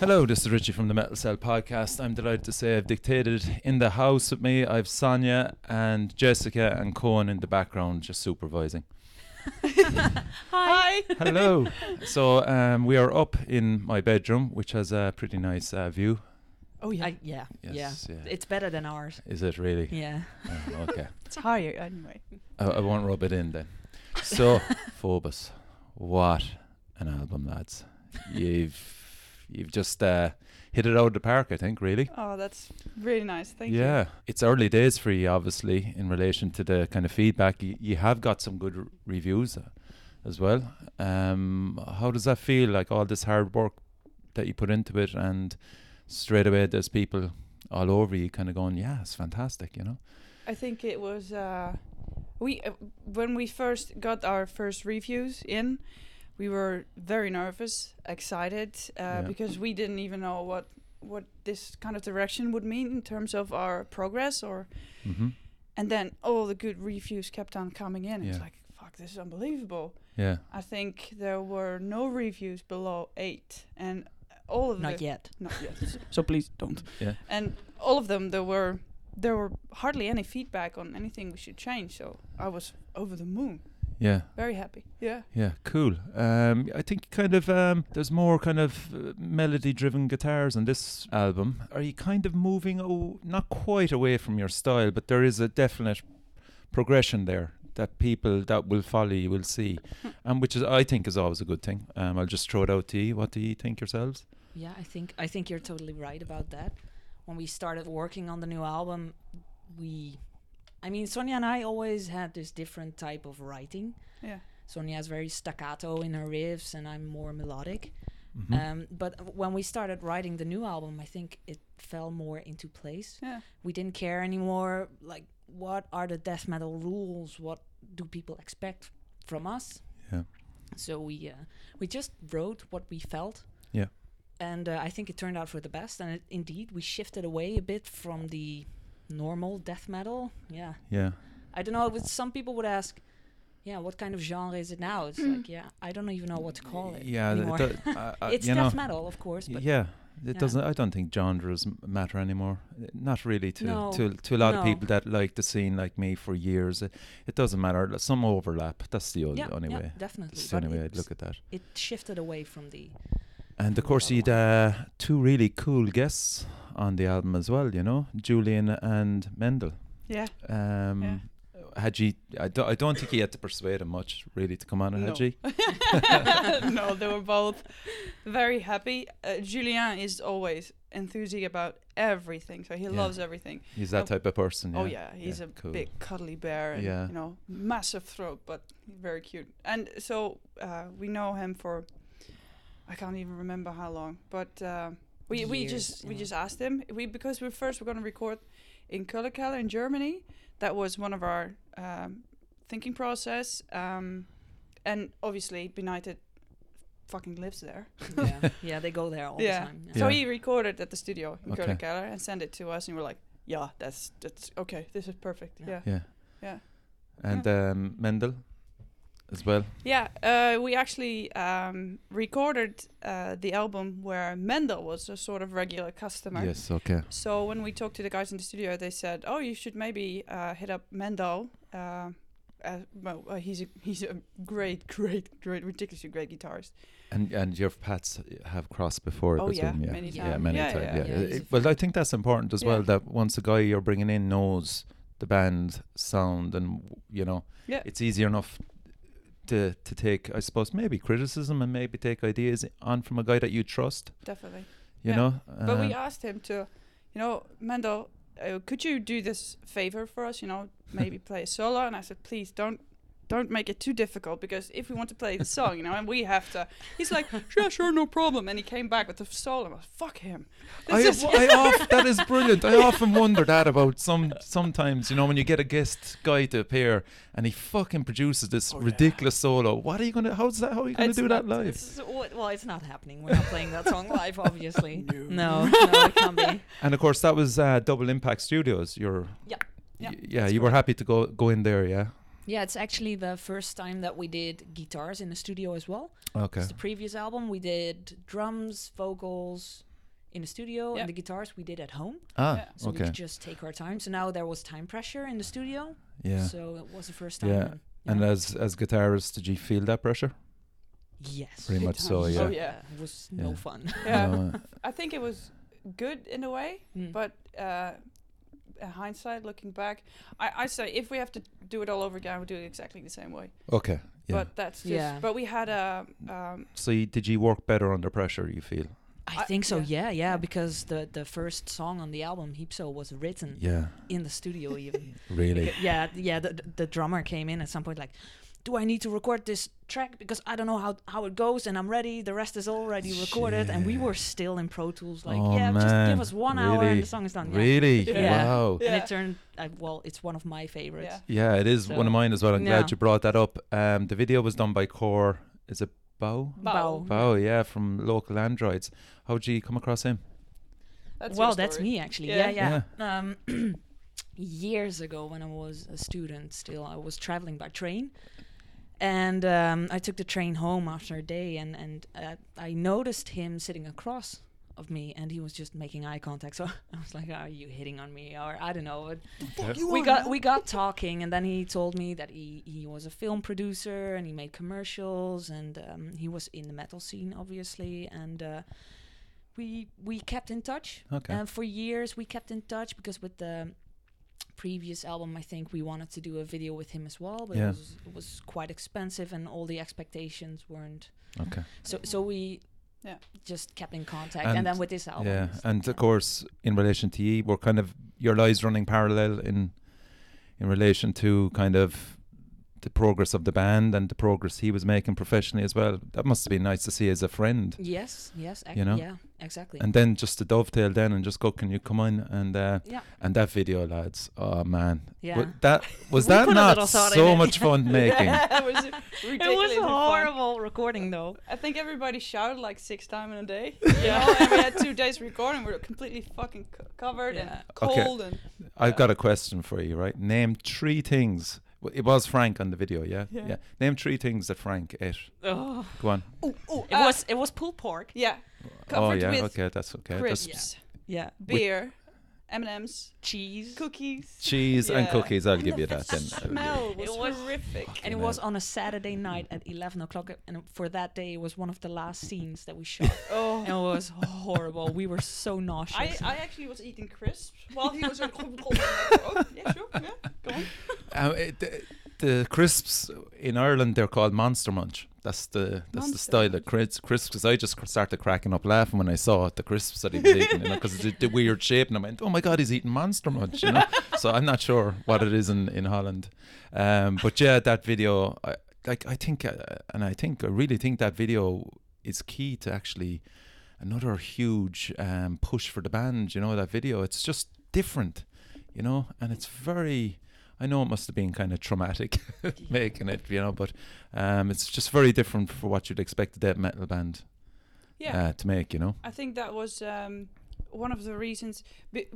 Hello, this is Richie from the Metal Cell podcast. I'm delighted to say I've dictated in the house with me. I've Sonia and Jessica and Cohen in the background just supervising. Hi. Oh, Hello. so um, we are up in my bedroom, which has a pretty nice uh, view. Oh yeah. I, yeah. Yes, yeah. yeah. It's better than ours. Is it really? Yeah. Oh, okay. It's higher anyway. I, I won't rub it in then. So, Phobos, what an album, lads! You've you've just uh, hit it out of the park, I think. Really. Oh, that's really nice. Thank you. yeah, it's early days for you, obviously, in relation to the kind of feedback. You, you have got some good r- reviews uh, as well. Um, how does that feel? Like all this hard work that you put into it, and straight away there's people all over you, kind of going, "Yeah, it's fantastic," you know. I think it was uh, we uh, when we first got our first reviews in, we were very nervous, excited uh, Yeah. because we didn't even know what what this kind of direction would mean in terms of our progress or hmm and then all the good reviews kept on coming in. It's Yeah. like fuck, this is unbelievable. Yeah. I think there were no reviews below eight, and all of the Not yet. not yet. so please don't. Yeah. And all of them, there were there were hardly any feedback on anything we should change. So I was over the moon, Yeah. very happy. Yeah. Yeah, cool. Um, I think kind of um, there's more kind of uh, melody-driven guitars on this album. Are you kind of moving, oh, not quite away from your style, but there is a definite progression there that people that will follow you will see, and which is I think is always a good thing. Um, I'll just throw it out to you. What do you think yourselves? Yeah, I think I think you're totally right about that. When we started working on the new album, we I mean Sonia and I always had this different type of writing. Yeah. Sonia's very staccato in her riffs and I'm more melodic. Mhm. Um, but when we started writing the new album, I think it fell more into place. Yeah. we didn't care anymore like what are the death metal rules what do people expect from us Yeah. so we uh, we just wrote what we felt Yeah. and uh, i think it turned out for the best and it, indeed we shifted away a bit from the normal death metal yeah Yeah, i don't know would, some people would ask yeah what kind of genre is it now it's like yeah i don't even know what to call it yeah. anymore. th- th- uh, uh, it's you know, death metal of course but yeah. It yeah. doesn't. I don't think genres m- matter anymore. Uh, Not really to No, to to a lot of no. people that like the scene like me for years. It, it doesn't matter. L- Some overlap. That's the only, yeah, only yeah, way. definitely That's the but only way it, I'd look at that. it shifted away from the And of the course, other you'd one. uh, two really cool guests on the album as well. You know, Julian and Mendel. Yeah. Um, Had you? I, do, I don't think he had to persuade him much really to come on. Had No. you? no, they were both very happy. Uh, Julien is always enthusiastic about everything, so he Yeah. loves everything. He's that No. type of person. Yeah. Oh yeah, he's a cool. big cuddly bear and Yeah. you know massive throat, but very cute. And so uh, we know him for I can't even remember how long, but uh, we we Years, just we yeah. just asked him we because we first were going to record in Kullakalle in Germany. That was one of our um, thinking process, um, and obviously Benighted fucking lives there. yeah, yeah, they go there all Yeah. the time. So Yeah. he recorded at the studio in Okay. okay. and sent it to us, and we were like, "Yeah, that's that's okay. This is perfect." Yeah. yeah. Yeah. Yeah. And Um, Mendel, as well. Yeah, uh, we actually um, recorded uh, the album where Mendel was a sort of regular customer. Yes. Okay. So when we talked to the guys in the studio, they said, "Oh, you should maybe uh, hit up Mendel. Uh, uh, well, uh, he's a he's a great, great, great, ridiculously great guitarist. And and your paths have crossed before. Oh, I presume, yeah, yeah. many Yeah, times. many Yeah, times. yeah, Yeah. yeah. It- well, I think that's important as well. Yeah. That once a guy you're bringing in knows the band sound and w- you know Yeah. it's easier enough to to take I suppose maybe criticism and maybe take ideas on from a guy that you trust definitely. you Yeah. know but we Um, asked him to, you know, Mendel, uh, could you do this favor for us? You know, maybe play a solo. And I said, please don't, don't make it too difficult because if we want to play the song, you know, and we have to. He's like, sure, sure, no problem. And he came back with the solo. I was, fuck him. I, This is- I off, that is brilliant. I often wonder that about some sometimes, you know, when you get a guest guy to appear and he fucking produces this Oh, yeah. ridiculous solo. What are you gonna? How's that? How are you gonna It's do that not- live? It's- well, it's not happening. We're not playing that song live, obviously. no, No. no, it can't be. And of course, that was uh, Double Impact Studios. You're Yeah. Yeah, y- yeah. that's You were happy to go go in there, yeah. Yeah, it's actually the first time that we did guitars in the studio as well. Okay. 'Cause The previous album we did drums, vocals in the studio, Yeah. and the guitars we did at home. Ah, Yeah. So we okay. could just take our time. So now there was time pressure in the studio. Yeah. So it was the first time. Yeah. and, you and know, as as guitarist, did you feel that pressure? yes. Pretty much so, times. yeah. Oh, yeah. It was Yeah. Mm-hmm. no fun. Yeah. No, I think it was good in a way, Mm. but uh, in hindsight, looking back, I, I say if we have to do it all over again, we do it exactly the same way. uh, okay. Yeah. But that's just. Yeah. But we had a. Um, so, you, did you work better under pressure? You feel? I I- think so. yeah. Yeah. yeah, Yeah. because the the first song on the album Heapso was Mm. written Yeah. in the studio even. Really. Beca- yeah, th- yeah, the, the drummer came in at some point like do I need to record this track because I don't know how how it goes and I'm ready. The rest is already recorded and we Shit. were still in Pro Tools like, Oh, yeah, just man. give us 1 hour Really? and the song is done. Yeah. Really? Yeah. Wow. And Yeah. it turned uh, well, it's one of my favorites. yeah. Yeah, it is one So- of mine as well. I'm glad Yeah. you brought that up. Um, the video was done by Core. Is it Bow? Bow. Bow. Bow, yeah, from local androids. How'd you come across him? That's your well, that's story. me actually. Yeah. Yeah, yeah. Um, years ago, when I was a student, still I was traveling by train, and um, I took the train home after a day, and and uh, I noticed him sitting across of me, and he was just making eye contact. So I was like, "Are you hitting on me?" Or I don't know. But we got we got talking, and then he told me that he he was a film producer and he made commercials, and um, he was in the metal scene, obviously, and. Uh, we, we kept in touch Okay. and for years we kept in touch because with the previous album, I think we wanted to do a video with him as well, but Yeah. it, was, it was quite expensive and all the expectations weren't. Okay. So so we Yeah. just kept in contact, and, And- then with this album, yeah, it's- and of yeah. course, in relation to ye, we're kind of your lives running parallel in in relation to kind of the progress of the band and the progress he was making professionally as well. That must have been nice to see as a friend. yes, yes, ac- You know? yeah, exactly. And then just to dovetail then and just go, can you come in and uh, yeah, and that video, lads? Oh man, yeah. Wa- that was We that put a not little thought in so it. much fun making. it was ridiculously it was fun. horrible recording though. I think everybody shouted like six times in a day. Yeah. and we had two days recording. We were completely fucking co- covered Yeah. and Okay. cold and I've got a question for you, right? Name three things. Well, It was Frank on the video, yeah? Yeah. Name three things that Frank ate. Oh. Go on. ooh, ooh, It uh, was it was pulled pork. yeah oh, covered yeah. with okay, that's okay. That's crisps, Yeah. Yeah, beer, M and M's, cheese. cookies. cheese and Yeah. cookies. I'll And give the you that then. I'll give you- Smell was, It was- horrific. And it Fucking was hell. on a Saturday night at 11 o'clock. And for that day, it was one of the last scenes that we shot. Oh. and it was horrible. We were so I, nauseous. I actually was eating crisps while he was. oh, yeah, sure, yeah, go on. Um, it- the, the crisps in Ireland, they're called Monster Munch. That's the that's Monster the style Munch. of crisps. Crisps, because I just cr- started cracking up laughing when I saw it, the crisps that he was eating, you know, because it's the weird shape, and I went, "Oh my god, he's eating Monster Munch," you know. so I'm not sure what it is in in Holland, um, but yeah, that video, I, like I think, uh, and I think I really think that video is key to actually another huge um, push for the band. You know, that video, it's just different, you know, and it's very. I know it must have been kind of traumatic making it, you know, but um, it's just very different for what you'd expect a death metal band Yeah. uh, to make, you know. I think that was um, one of the reasons we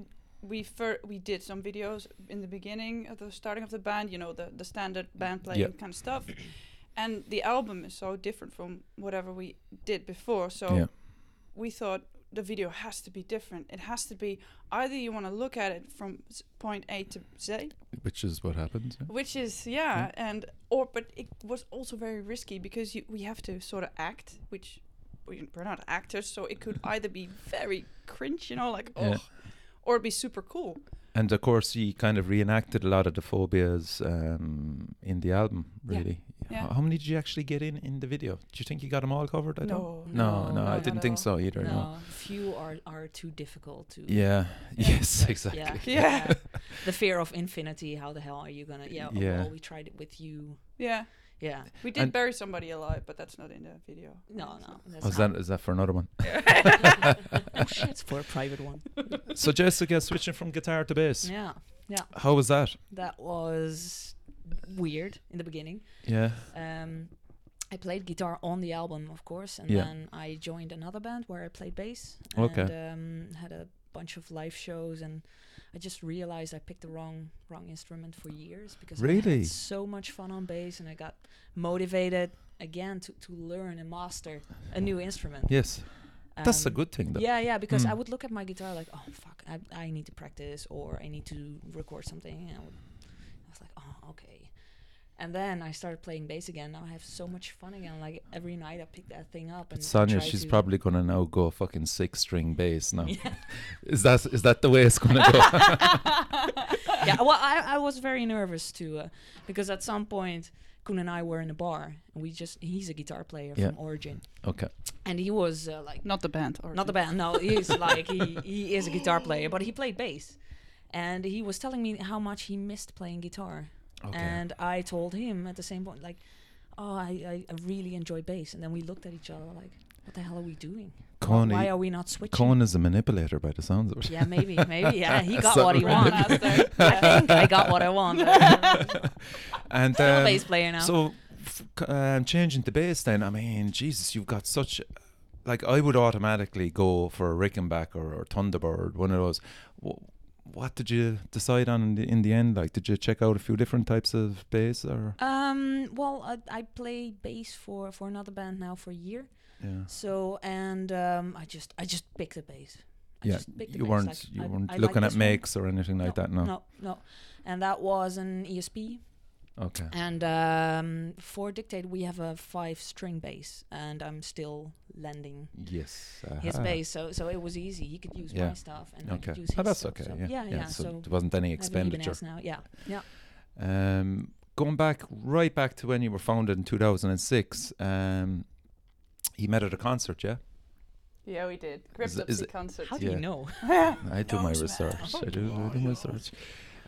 we, fir- we did some videos in the beginning of the starting of the band. You know the the standard band playing Yep. kind of stuff, and the album is so different from whatever we did before. So Yeah. we thought the video has to be different. It has to be either you want to look at it from s- point A to Z, Which is what happens. which is Mm. yeah, and or but it was also very risky because you, we have to sort of act, which we, we're not actors, so it could either be very cringe, you know, like oh, Yeah. or be super cool. And of course, he kind of reenacted a lot of the phobias um, in the album, Yeah. really. Yeah. How, how many did you actually get in in the video? Do you think you got them all covered? I don't- um, No, No, no, no, I not didn't at think all. so either. No. No, few are, are too difficult to. Yeah. Yeah. Yes, Yeah, exactly. Yeah. The fear of infinity. How the hell are you gonna? Yeah. oh, Yeah. Well, we tried it with you. Yeah, Yeah. we did And- bury somebody alive, but that's not in the video. No, no. That's Oh, is not- that is that for another one? oh shit! For a private one. so Jessica switching from guitar to bass. Yeah. How was that? That was weird in the beginning. Yeah. Um, I played guitar on the album, of course, and Yeah. then I joined another band where I played bass. Okay. And um, had a bunch of live shows, and I just realized I picked the wrong wrong instrument for years because I Really? had so much fun on bass, and I got motivated again to, to learn and master a new instrument. Yes. That's a Um, good thing though. yeah, yeah, because I Mm. would look at my guitar like, oh fuck, I, I need to practice or I need to record something. And I, would, I was like, oh okay. And then I started playing bass again. Now I have so much fun again. Like every night I pick that thing up. But and Sonia, try she's to- probably gonna now go fucking six string bass now. Yeah. Is that is that the way it's gonna go? yeah. Well, I, I was very nervous too, uh, because at some point Koen and I were in a bar and we just he's a guitar player Yeah. from Origin, okay. and he was uh, like Not the band, or not the band no he's like he, he is a guitar player but he played bass and he was telling me how much he missed playing guitar Okay. and i told him at the same point like oh I, I, I really enjoy bass and then we looked at each other like what the hell are we doing Connie why are we not switching Cohen is a manipulator by the sounds of it. yeah maybe maybe yeah he got So what he random. wanted i think i got what i wanted I'm And a um, bass player now So, f- c- um, changing to bass, then I mean, Jesus, you've got such. Like I would automatically go for a Rickenbacker or, or Thunderbird, one of those. Wh- What did you decide on in the, in the end? Like, did you check out a few different types of bass, or um well I, I play bass for for another band now for a year yeah? So and um, I just I just picked the bass. I yeah, just picked the you bass, weren't like, you I- weren't I like looking this at one. makes or anything like that. No. No, no, and that was an E ESP. Okay. And um, for dictate, we have a five-string bass, and I'm still lending Yes. his aha. bass, so so it was easy. He could use Ah. Yeah. my stuff, and I Okay. could use his Oh, that's stuff. okay. so- yeah. yeah, So, so there wasn't any I have an even expenditure. ass now, yeah, yeah. Um, going back right back to when you were founded in 2006, um, he met at a concert, yeah? Yeah, we did. Is it- is Cryptopsy it- concert. How do Yeah. you know? I do my Knows research. man. I do, Oh, I do my research.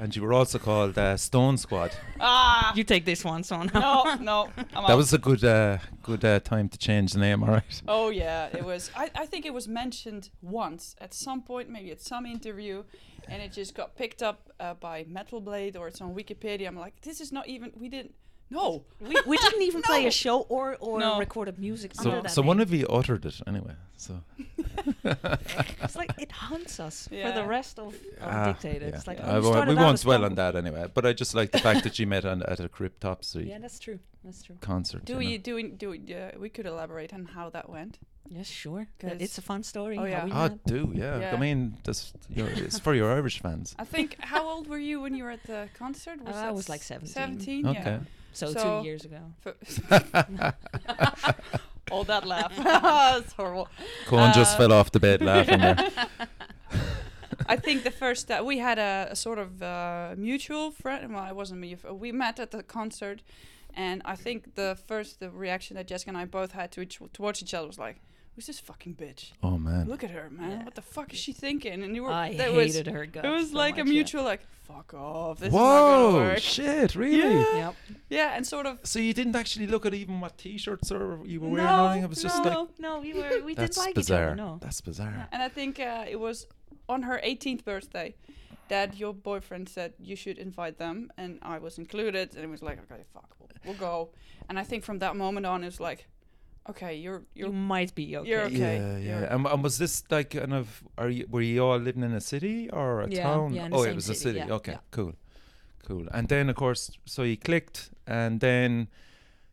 And you were also called uh, Stone Squad. ah, You take this one, son. no, no. I'm That out. was a good uh, good uh, time to change the name, all right? Oh yeah, it was. I, I think it was mentioned once at some point, maybe at some interview, and it just got picked up uh, by Metal Blade or it's on Wikipedia. I'm like, this is not even. We didn't. No. we, we didn't even play a show or or No. recorded music under So, that so name. one of you uttered it anyway. So it's like it haunts us for the Yeah. rest of, of Ah, dictated. yeah. It's like I oh, you won't- started we out won't as dwell punk. on that anyway. But I just like the fact that you met on, at a cryptopsy. Yeah, that's true. That's true. Concert. Do you know. we do we do we, uh, we could elaborate on how that went? Yes, sure. That- 'Cause- It's a fun story. Oh, how yeah. we I met. Ah, do, yeah. I Yeah. mean, that's, you know, it's for your Irish fans. I think. How old were you when you were at the concert? Uh, I that was like s- 17. Seventeen. Okay. so, So- two years ago. Yeah. F- All that laugh. it's horrible. Cohen just Uh, fell off the bed laughing there. I think the first that we had a, a sort of uh, mutual friend. Well, it wasn't me. We met at the concert, and I think the first the reaction that Jessica and I both had to each, towards each other was like, "Who's this fucking bitch? Oh man. Look at her, man! Yeah. What the fuck is she thinking?" And you were. I that hated her guts. Was, it was so like a much, yeah. mutual like, "Fuck off! This is not gonna Whoa! work." Shit! Really? Yeah. Yep. Yeah, and sort of. So you didn't actually look at even what T-shirts or you were wearing. or No, anything? It was just no. like no, we were we didn't that's like bizarre. each other. No. That's bizarre. And I think uh, it was on her 18th birthday that your boyfriend said you should invite them, and I was included, and it was like, okay, fuck, we'll, we'll go. And I think from that moment on, it was like, okay, you're You you're might be okay. You're okay. Yeah, yeah. you're- And, and was this like kind of? Are you were you all living in a city or a Yeah, town? yeah, in the oh, it same was a city, city. yeah, okay, yeah. cool, cool. And then of course, so you clicked, and then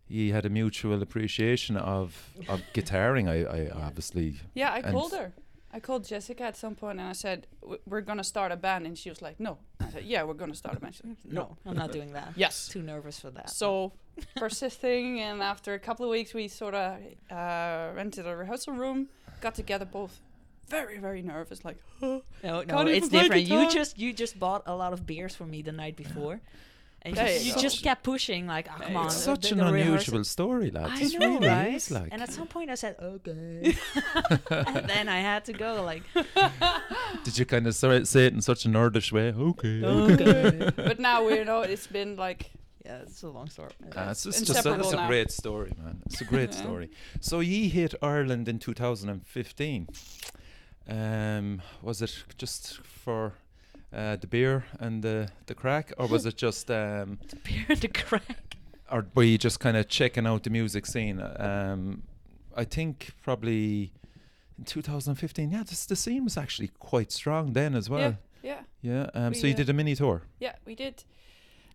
you had a mutual appreciation of of guitaring. I, I obviously. yeah. I and- called her. I called Jessica at some point, and I said "W- we're gonna start a band, and she was like, no. I said, yeah, we're gonna start a band. She was like, No, I'm not doing that. Yes. Too nervous for that. So persisting, and after a couple of weeks, we sort of uh, rented a rehearsal room, got together both very very nervous, like No, no, Can't even it's play different. You guitar. just you just bought a lot of beers for me the night before, and Yeah, you, it's you such- just kept pushing like, oh, Yeah, come on, it's It's the- such the- an the rehearsal." unusual story, lads. I It's know, really right? is like. And at some point I said, okay. and then I had to go like, Did you kind of say it in such a nerdish way? Okay. Oh, okay. but now we know it's been like yeah, it's a long story. Ah, it's just, just a, inseparable that's a now. great story, man. It's a great Yeah. story. So ye hit Ireland in 2015. Um, was it just for uh, the beer and the, the crack, or was it just um, The beer and the crack. or were you just kind of checking out the music scene? Um, I think probably in 2015. Yeah, this, the scene was actually quite strong then as well. yeah Yeah. um, so We, you uh, did a mini tour. yeah we did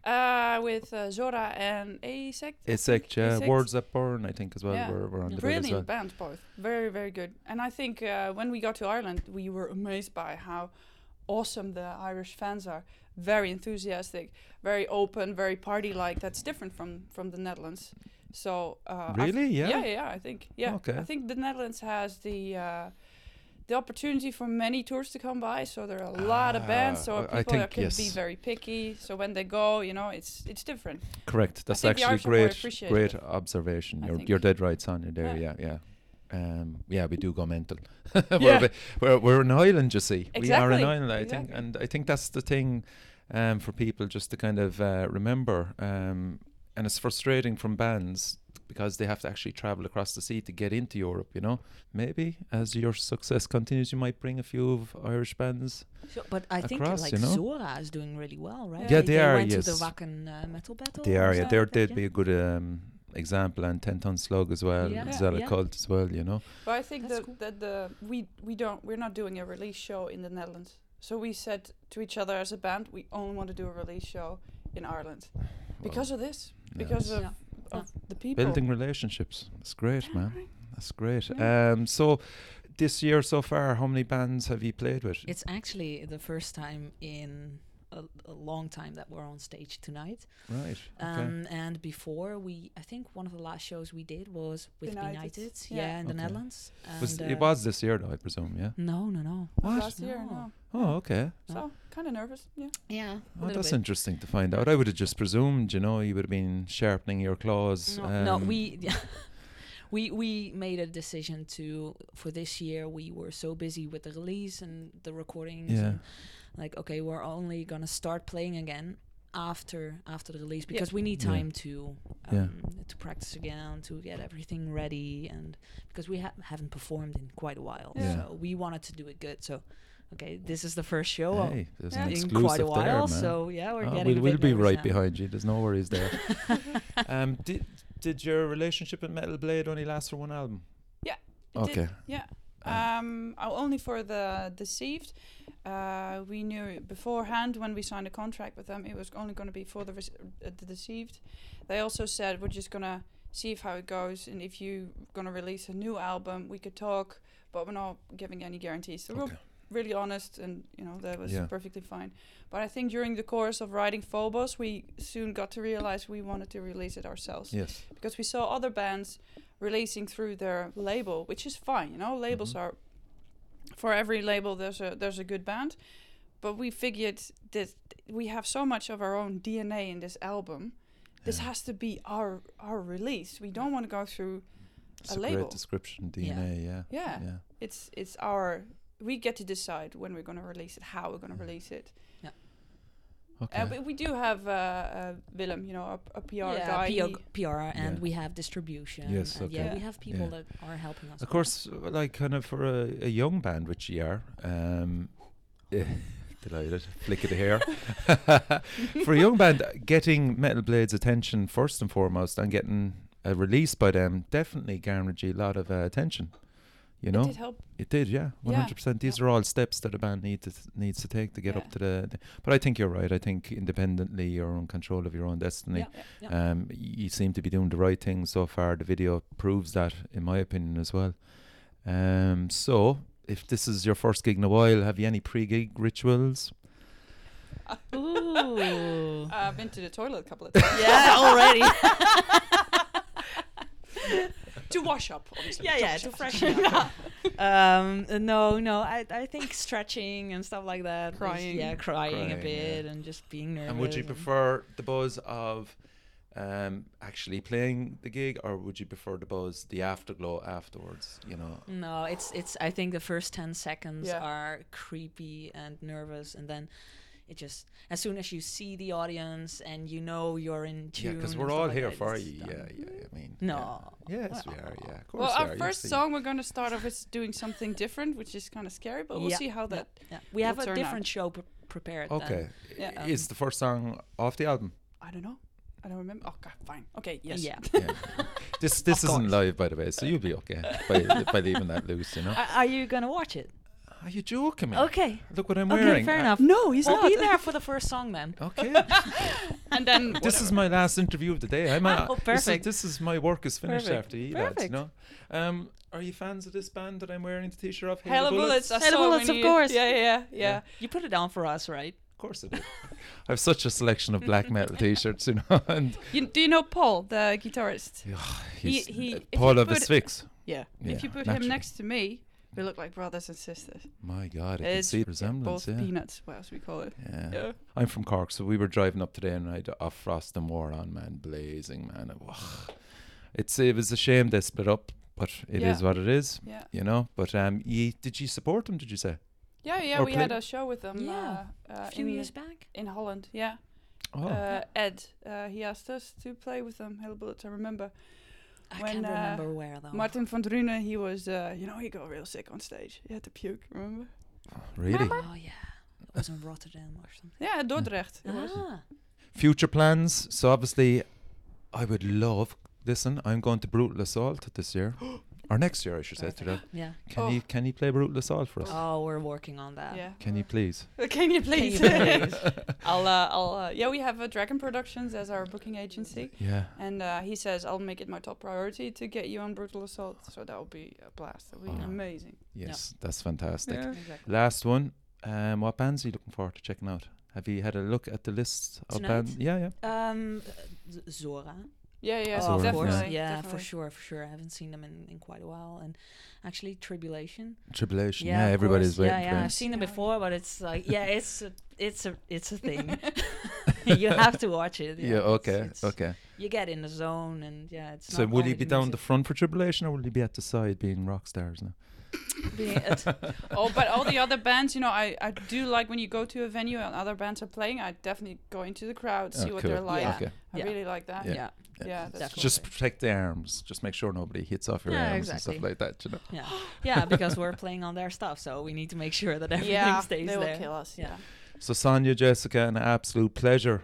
uh, with uh, Zora and Asect. I It's think. like yeah, Asect. words that uh, burn. I think as well Yeah. were, were on the bill as Brilliant well. band, both very very good. And I think uh, when we got to Ireland, we were amazed by how awesome the Irish fans are. Very enthusiastic, very open, very party like. That's different from from the Netherlands. So uh, I Really? Yeah. yeah, yeah, I think. Yeah, Okay. I think the Netherlands has the uh, the opportunity for many tours to come by. So there are a lot of bands. So Ah, I- I people that think can be yes. very picky. So when they go, you know, it's it's different. Correct. That's think the actually Irish are more great. appreciative, Great observation. I You're think. you're dead right, Sonia. There. Yeah. Yeah. Yeah. Um, yeah, we do go mental. we're, Yeah. a bit- we're we're an island, you see. We are an Exactly, island, I exactly. think, and I think that's the thing um, for people just to kind of uh, remember. Um, and it's frustrating from bands because they have to actually travel across the sea to get into Europe. You know, maybe as your success continues, you might bring a few of Irish bands. So, but I think Across, like you know? Zora is doing really well, right? Yeah, they are, went to the yes. Wacken uh, metal battle. They or are, yeah. something There like did that, yeah? be a good um, example, and Ten Ton Slug as well, yeah. Yeah. Yeah, Zella yeah. Cult as well. You know. But I think That's that, cool. that the we we don't we're not doing a release show in the Netherlands. So we said to each other as a band, we only want to do a release show in Ireland because of this, because Yes. of, Yeah. of the people. building relationships. That's great, man. That's great. Yeah. Um, so this year so far, how many bands have you played with? It's actually the first time in a, a long time that we're on stage tonight. right. okay. Um, and before we, I think one of the last shows we did was with United, United, yeah. yeah. in the Okay. Netherlands. Was, and, it uh, was this year, though, I presume. Yeah. No, no, no. What? What? Last year, No. no. Oh, okay. No. So kind of nervous, yeah. Yeah. Oh, that's interesting to find out. I would have just presumed, you know, you would have been sharpening your claws. No, no, um, we we we made a decision to for this year. We were so busy with the release and the recordings. Yeah. And like, okay, we're only gonna start playing again after after the release because we need Yeah. time to um, Yeah. to practice again to get everything ready and because we ha- haven't performed in quite a while Yeah. so we wanted to do it good so okay this is the first show of- Hey, there's an Yeah. in exclusive quite a there, while man. so yeah we're Oh, getting we'll, a we'll bit be nervous right now. behind you. There's no worries there. um, did did your relationship with Metal Blade only last for one album? It did- Okay. yeah. Ah. Um, oh, only for the deceived. Uh, we knew beforehand when we signed a contract with them, it was only going to be for the, res- uh, the deceived. They also said we're just going to see if how it goes, and if you're going to release a new album, we could talk, but we're not giving any guarantees. So Okay. we're really honest, and you know that was Yeah. perfectly fine. But I think during the course of writing Phobos, we soon got to realize we wanted to release it ourselves Yes. because we saw other bands releasing through their label, which is fine. You know, labels Mhm. are for every label there's a there's a good band, but we figured that we have so much of our own DNA in this album. This Yeah. has to be our our release. We don't want to go through. It's a a, great label. description. Yeah. DNA. Yeah. Yeah, Yeah. it's it's our. We get to decide when we're going to release it, how we're going to Yeah. release it. Okay. Uh, but we do have uh, uh, Willem, you know, a, a PR yeah, guy. He- PO, PR, and Yeah. we have distribution. Yes, and okay. yeah, we have people Yeah. that are helping us. Of course, uh, like kind of for a, a young band, which you are, um, eh, delighted, flick of the hair. for a young band, uh, getting Metal Blade's attention first and foremost and getting a release by them definitely guaranteed a lot of uh, attention. You it know, did help. it did, yeah, one Yeah. hundred percent. These are all steps that a band needs to needs to take to get Yeah. up to the, the- But I think you're right. I think independently, you're in control of your own destiny. Yeah, yeah, Um, y- you seem to be doing the right thing so far. The video proves that, in my opinion, as well. Um, so, if this is your first gig in a while, have you any pre-gig rituals? Ooh. I've been to the toilet a couple of times. yeah, already. to wash up. Obviously. yeah, yeah, wash to up. freshen up. um, uh, no, no, I, I think stretching and stuff like that. was- Crying. yeah, crying, a Crying, yeah. bit and just being nervous. And would you prefer the buzz of um, actually playing the gig, or would you prefer the buzz, the afterglow afterwards? You know, No, it's it's. I think the first ten seconds Yeah. are creepy and nervous, and then it just as soon as you see the audience and you know you're in tune. yeah, because and we're stuff all like here that, for it's you. done. Yeah, yeah. I mean, yeah. No. Yes, Well, we are. Yeah, of course. Well, we our are, you first see. song we're going to start off is doing something different, which is kind of scary, but we'll Yeah, see how that. Yeah. We have will a turn different out. show pre- prepared. then. um, Okay. Yeah. um, Is the first song off the album? I don't know. I don't remember. Oh, God, fine. Okay, yes. Yeah. Yeah. this this Of isn't course. live, by the way, so you'll be okay by, by leaving that loose. You know. Are, are you gonna watch it? Are you joking me? Okay. Look what I'm Okay, wearing. fair I- enough. No, he's We'll not. be there for the first song then. Okay. and then this is my last interview of the day. I'm Oh, out. perfect. This is, my work is finished Perfect. after you, lads. You Perfect. know. Um, are you fans of this band that I'm wearing the t-shirt of? Hella bullets. I Hella saw Bullets, when of you- course. Yeah, yeah, yeah, yeah. You put it down for us, right? Of course I do. I have such a selection of black metal t-shirts, you know. And You, do you know Paul, the guitarist? he's he- uh, if you Paul of the put- Sphinx. Yeah. Yeah, if you put naturally. him next to me, we look like brothers and sisters. My God, I can It's see the resemblance. Both Yeah. peanuts, what else we call it. yeah. Yeah. I'm from Cork, so we were driving up today, and I had off frost and war on, man, blazing, man. It- ugh. It's it was a shame they split up, but it is Yeah. what it is, Yeah, you know. But um, ye, did you support them? Did you say? yeah, yeah. Or we had play- a show with them Yeah, uh, uh, a few in, years back. in Holland. Yeah. Oh, Uh, Ed, uh, he asked us to play with them. Hella bullets, I remember. I when, can't uh, remember where though. Martin van Drunen, he was, uh, you know, he got real sick on stage. He had to puke, remember? really? Oh yeah, it was in Rotterdam or something. Yeah, Dordrecht. It was. Ah. Future plans. So obviously, I would love. Listen, I'm going to Brutal Assault this year, or next year, I should say. Today, Yeah. can Oh. you can you play Brutal Assault for us? Oh, we're working on that. Yeah. Can you please? Can Can you you please? please? I'll, uh, I'll, uh, yeah, we have uh, Dragon Productions as our booking agency. Yeah. And uh, he says, I'll make it my top priority to get you on Brutal Assault. So that will be a blast. That will be Oh. amazing. Yes, that's fantastic. Yeah. exactly. Last one. Um, what bands are you looking forward to checking out? Have you had a look at the list of Tonight? bands? Yeah, yeah. Um, Z- Zora. Yeah, yeah, Oh, of course. definitely. Yeah, definitely. for sure, for sure. I haven't seen them in, in quite a while, and actually, Tribulation. Tribulation. Yeah, of everybody's course. waiting Yeah, for yeah. him. I've seen them Yeah. before, but it's like, yeah, it's a, it's a, it's a thing. you have to watch it. Yeah, it's- okay, it's- okay. You get in the zone, and yeah, it's. So not will he only be down the music. front for Tribulation or will he be at the side being rock stars now? Being at- Oh, but all the other bands, you know, I, I do like when you go to a venue and other bands are playing, I definitely go into the crowd, see Oh, what cool. they're like. Yeah. Okay. I Yeah. really like that. Yeah. Yeah, yeah, that's Exactly. cool. Just protect the arms. Just make sure nobody hits off your Yeah, arms exactly. and stuff like that, you know. yeah, yeah, because we're playing on their stuff, so we need to make sure that everything yeah, stays they will there. kill us. Yeah. Yeah. So Sonia, Jessica, an absolute pleasure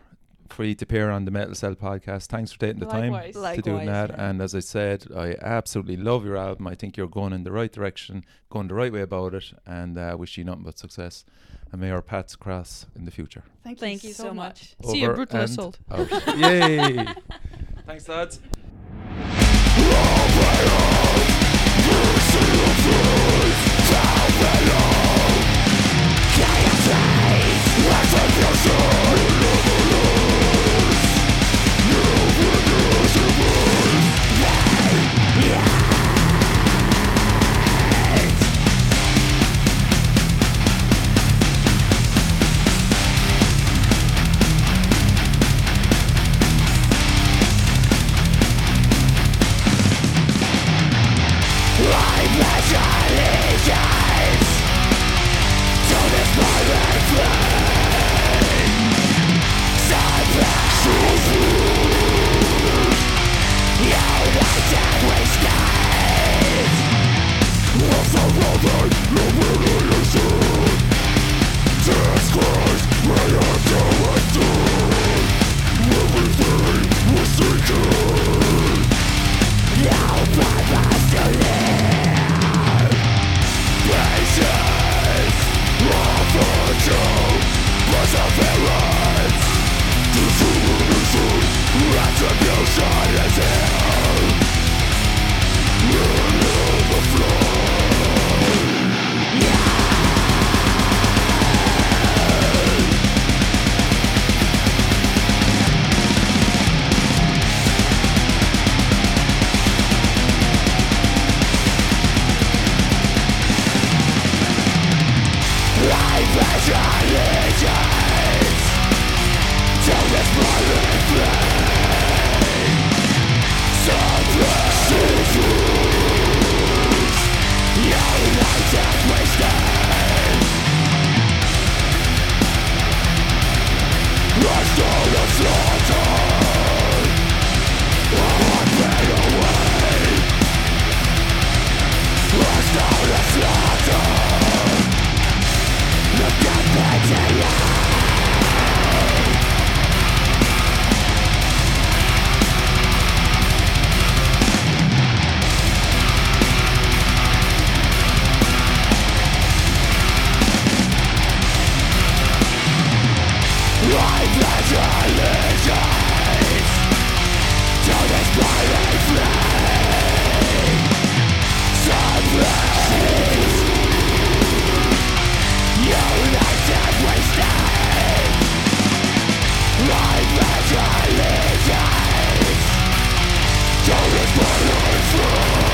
for you to appear on the Metal Cell podcast. Thanks for taking the time. Likewise. Like- to doing Likewise, that. yeah. And as I said, I absolutely love your album. I think you're going in the right direction, going the right way about it, and uh, wish you nothing but success. And may our paths cross in the future. Thank, Thank you, you so so much. much. See you, Over Brutal and Assault. out. Yay! Thanks, lads. Don't let my life run